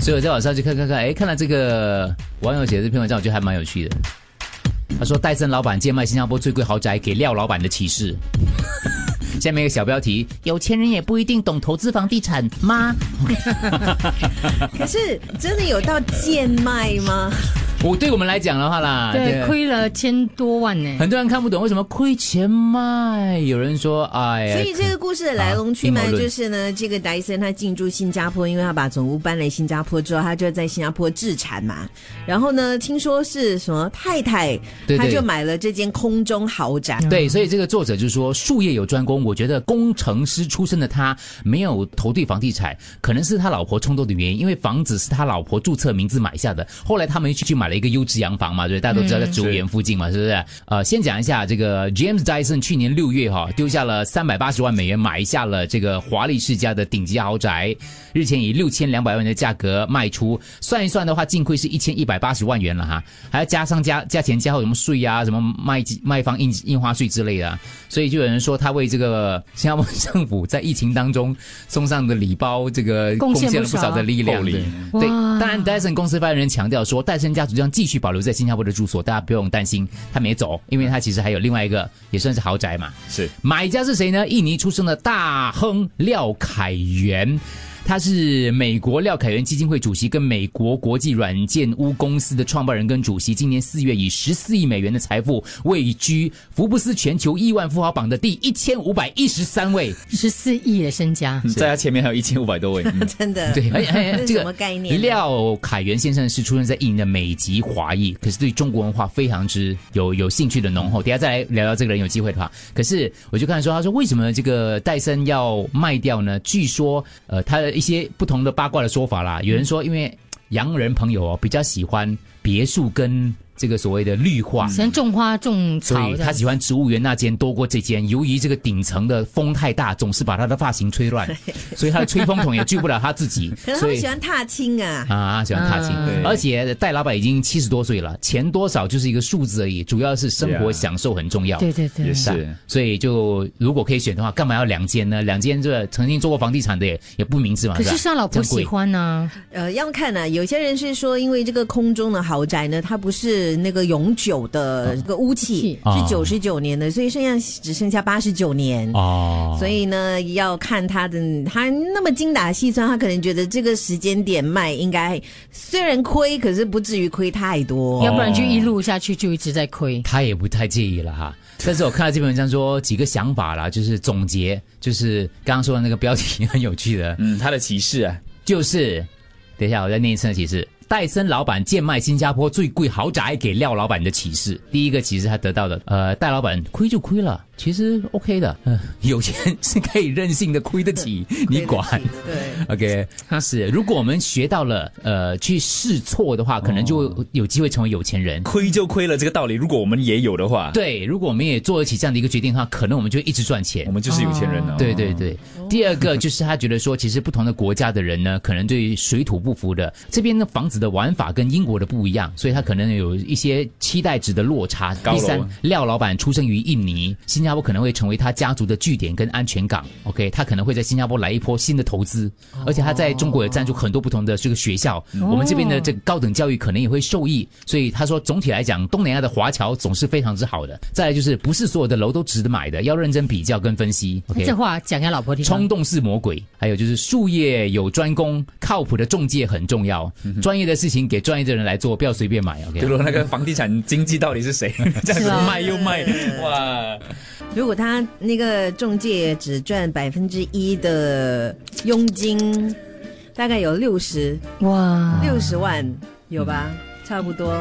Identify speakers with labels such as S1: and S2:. S1: 所以我在网上去看看看，哎，看了这个网友写的这篇文章，我觉得还蛮有趣的。他说，戴森老板贱卖新加坡最贵豪宅给廖老板的启示。 下面一个小标题：有钱人也不一定懂投资房地产吗？
S2: 可是真的有到贱卖吗？
S1: 我对我们来讲的话啦，
S3: 对，亏了千多万呢、
S1: 很多人看不懂为什么亏钱卖。有人说，哎呀，
S2: 所以这个故事的来龙
S1: 啊
S2: 去
S1: 阴
S2: 脉
S1: 谋论
S2: 就是呢，这个戴森他进驻新加坡，因为他把总部搬来新加坡之后，他就在新加坡置产嘛。然后呢，听说是什么太太，
S1: 对对
S2: 他就买了这间空中豪宅。
S1: 对，所以这个作者就说术业有专攻，我觉得工程师出身的他没有投对房地产，可能是他老婆冲动的原因，因为房子是他老婆注册名字买下的，后来他们一起去买了一个优质洋房嘛，对，大家都知道在植物园附近嘛，是不是？呃，先讲一下这个 James Dyson 去年六月哈、丢下了三百八十万美元买下了这个华丽世家的顶级豪宅，日前以六千两百万的价格卖出，算一算的话，净亏是一千一百八十万元了哈，还要加上加加钱加后什么税啊，什么卖卖方印印花税之类的、啊，所以就有人说他为这个新加坡政府在疫情当中送上的礼包，这个贡
S3: 贡献
S1: 献了
S3: 不
S1: 不少
S3: 少
S1: 的力量。
S4: 厚礼
S1: 对
S3: 哇
S1: 对，当然戴森公司发言人强调说，戴森家族将继续保留在新加坡的住所，大家不用担心，他没走，因为他其实还有另外一个也算是豪宅嘛。
S4: 是
S1: 买家是谁呢？印尼出生的大亨廖凯源。他是美国廖凯源基金会主席，跟美国国际软件屋公司的创办人跟主席。今年四月以十四亿美元的财富位居福布斯全球亿万富豪榜的第一千五百一十三位。
S3: 十四亿的身
S1: 嗯
S3: 家，
S4: 嗯在他前面还有一千五 百多位，嗯
S2: 真的，
S1: 对，哎哎，
S2: 这
S1: 这
S2: 是
S1: 个
S2: 什么概念？嗯
S1: 廖凯源先生是出生在印尼的美籍华裔，可是对中国文化非常之有有兴趣的浓厚。等一下再来聊聊这个人，有机会的话。可是我就看说，他说为什么这个戴森要卖掉呢？据说，呃，他的一些不同的八卦的说法啦，有人说因为洋人朋友哦比较喜欢别墅跟这个所谓的绿化，
S3: 喜欢种花种
S1: 所
S3: 草
S1: 以
S3: 的，
S1: 他喜欢植物园那间多过这间。由于这个顶层的风太大，总是把他的发型吹 乱，所以他的吹风筒也救不了他自己。
S2: 可是他
S1: 所
S2: 们
S1: 以
S2: 喜欢踏青啊，
S1: 啊，喜欢踏青，
S3: 嗯
S4: 对
S1: 而且戴老板已经七十多岁了，钱多少就是一个数字而已，主要是生活
S4: Yeah
S1: 享受很重要。
S3: 对对对
S4: 也，
S1: 啊
S4: 是
S1: 所以就如果可以选的话，干嘛要两间呢？两间这个曾经做过房地产的也也不明智嘛。
S3: 可是
S1: 吧
S3: 是他老婆
S1: 这样贵
S3: 喜欢呢、
S2: 呃，要看啊，有些人是说，因为这个空中的豪宅呢，它不是那个永久的这个屋契，
S1: 啊
S2: 是九十九年的，所以剩下只剩下八十九年。
S1: 哦，
S2: 所以呢，要看他的，他那么精打细算，他可能觉得这个时间点卖应该虽然亏，可是不至于亏太
S1: 哦
S2: 多。
S3: 要不然就一路下去就一直在亏。
S1: 他也不太介意了哈。但是我看到这篇文章说几个想法啦，就是总结，就是刚刚说的那个标题很有趣的，
S4: 嗯，他的歧视啊，
S1: 就是等一下我再念一次的启示。戴森老板贱卖新加坡最贵豪宅给廖老板的启示，第一个启示他得到的，呃，戴老板亏就亏了，其实 OK 的，呃，有钱是可以任性的 亏得起，你管。
S2: 对，
S1: OK，是，如果我们学到了，呃，去试错的话，可能就会有机会成为有钱人。
S4: 亏就亏了这个道理，如果我们也有的话，，
S1: 对，如果我们也做得起这样的一个决定的话，可能我们就会一直赚钱
S4: 我。们就是有钱人哦。
S1: 对对对，第二个就是他觉得说，其实不同的国家的人呢， 可能对于水土不服的，这边的房子的玩法跟英国的不一样，所以他可能有一些期待值的落差。
S4: 高
S1: 第
S4: 楼
S1: 三，廖老板出生于印尼，新加坡可能会成为他家族的据点跟安全港。OK，他可能会在新加坡来一波新的投资，
S4: 哦
S1: 而且他在中国也赞助很多不同的这个学校，
S4: 嗯
S1: 我们这边的这个高等教育可能也会受益。所以他说，总体来讲，东南亚的华侨总是非常之好的。再来就是，不是所有的楼都值得买的，要认真比较跟分析。OK，
S3: 这话讲给老婆听，啊
S1: 冲动是魔鬼，还有就是术业有专攻，靠谱的中介很重要。专业的事情给专业的人来做，不要随便买。
S4: 就
S1: OK，
S4: 说那个房地产经济到底是谁这样
S3: 是
S4: 子
S3: 啊
S4: 卖又卖，哇，
S2: 如果他那个中介只赚百分之一的佣金，大概有六十
S3: 哇，
S2: 六十万有吧，差不多。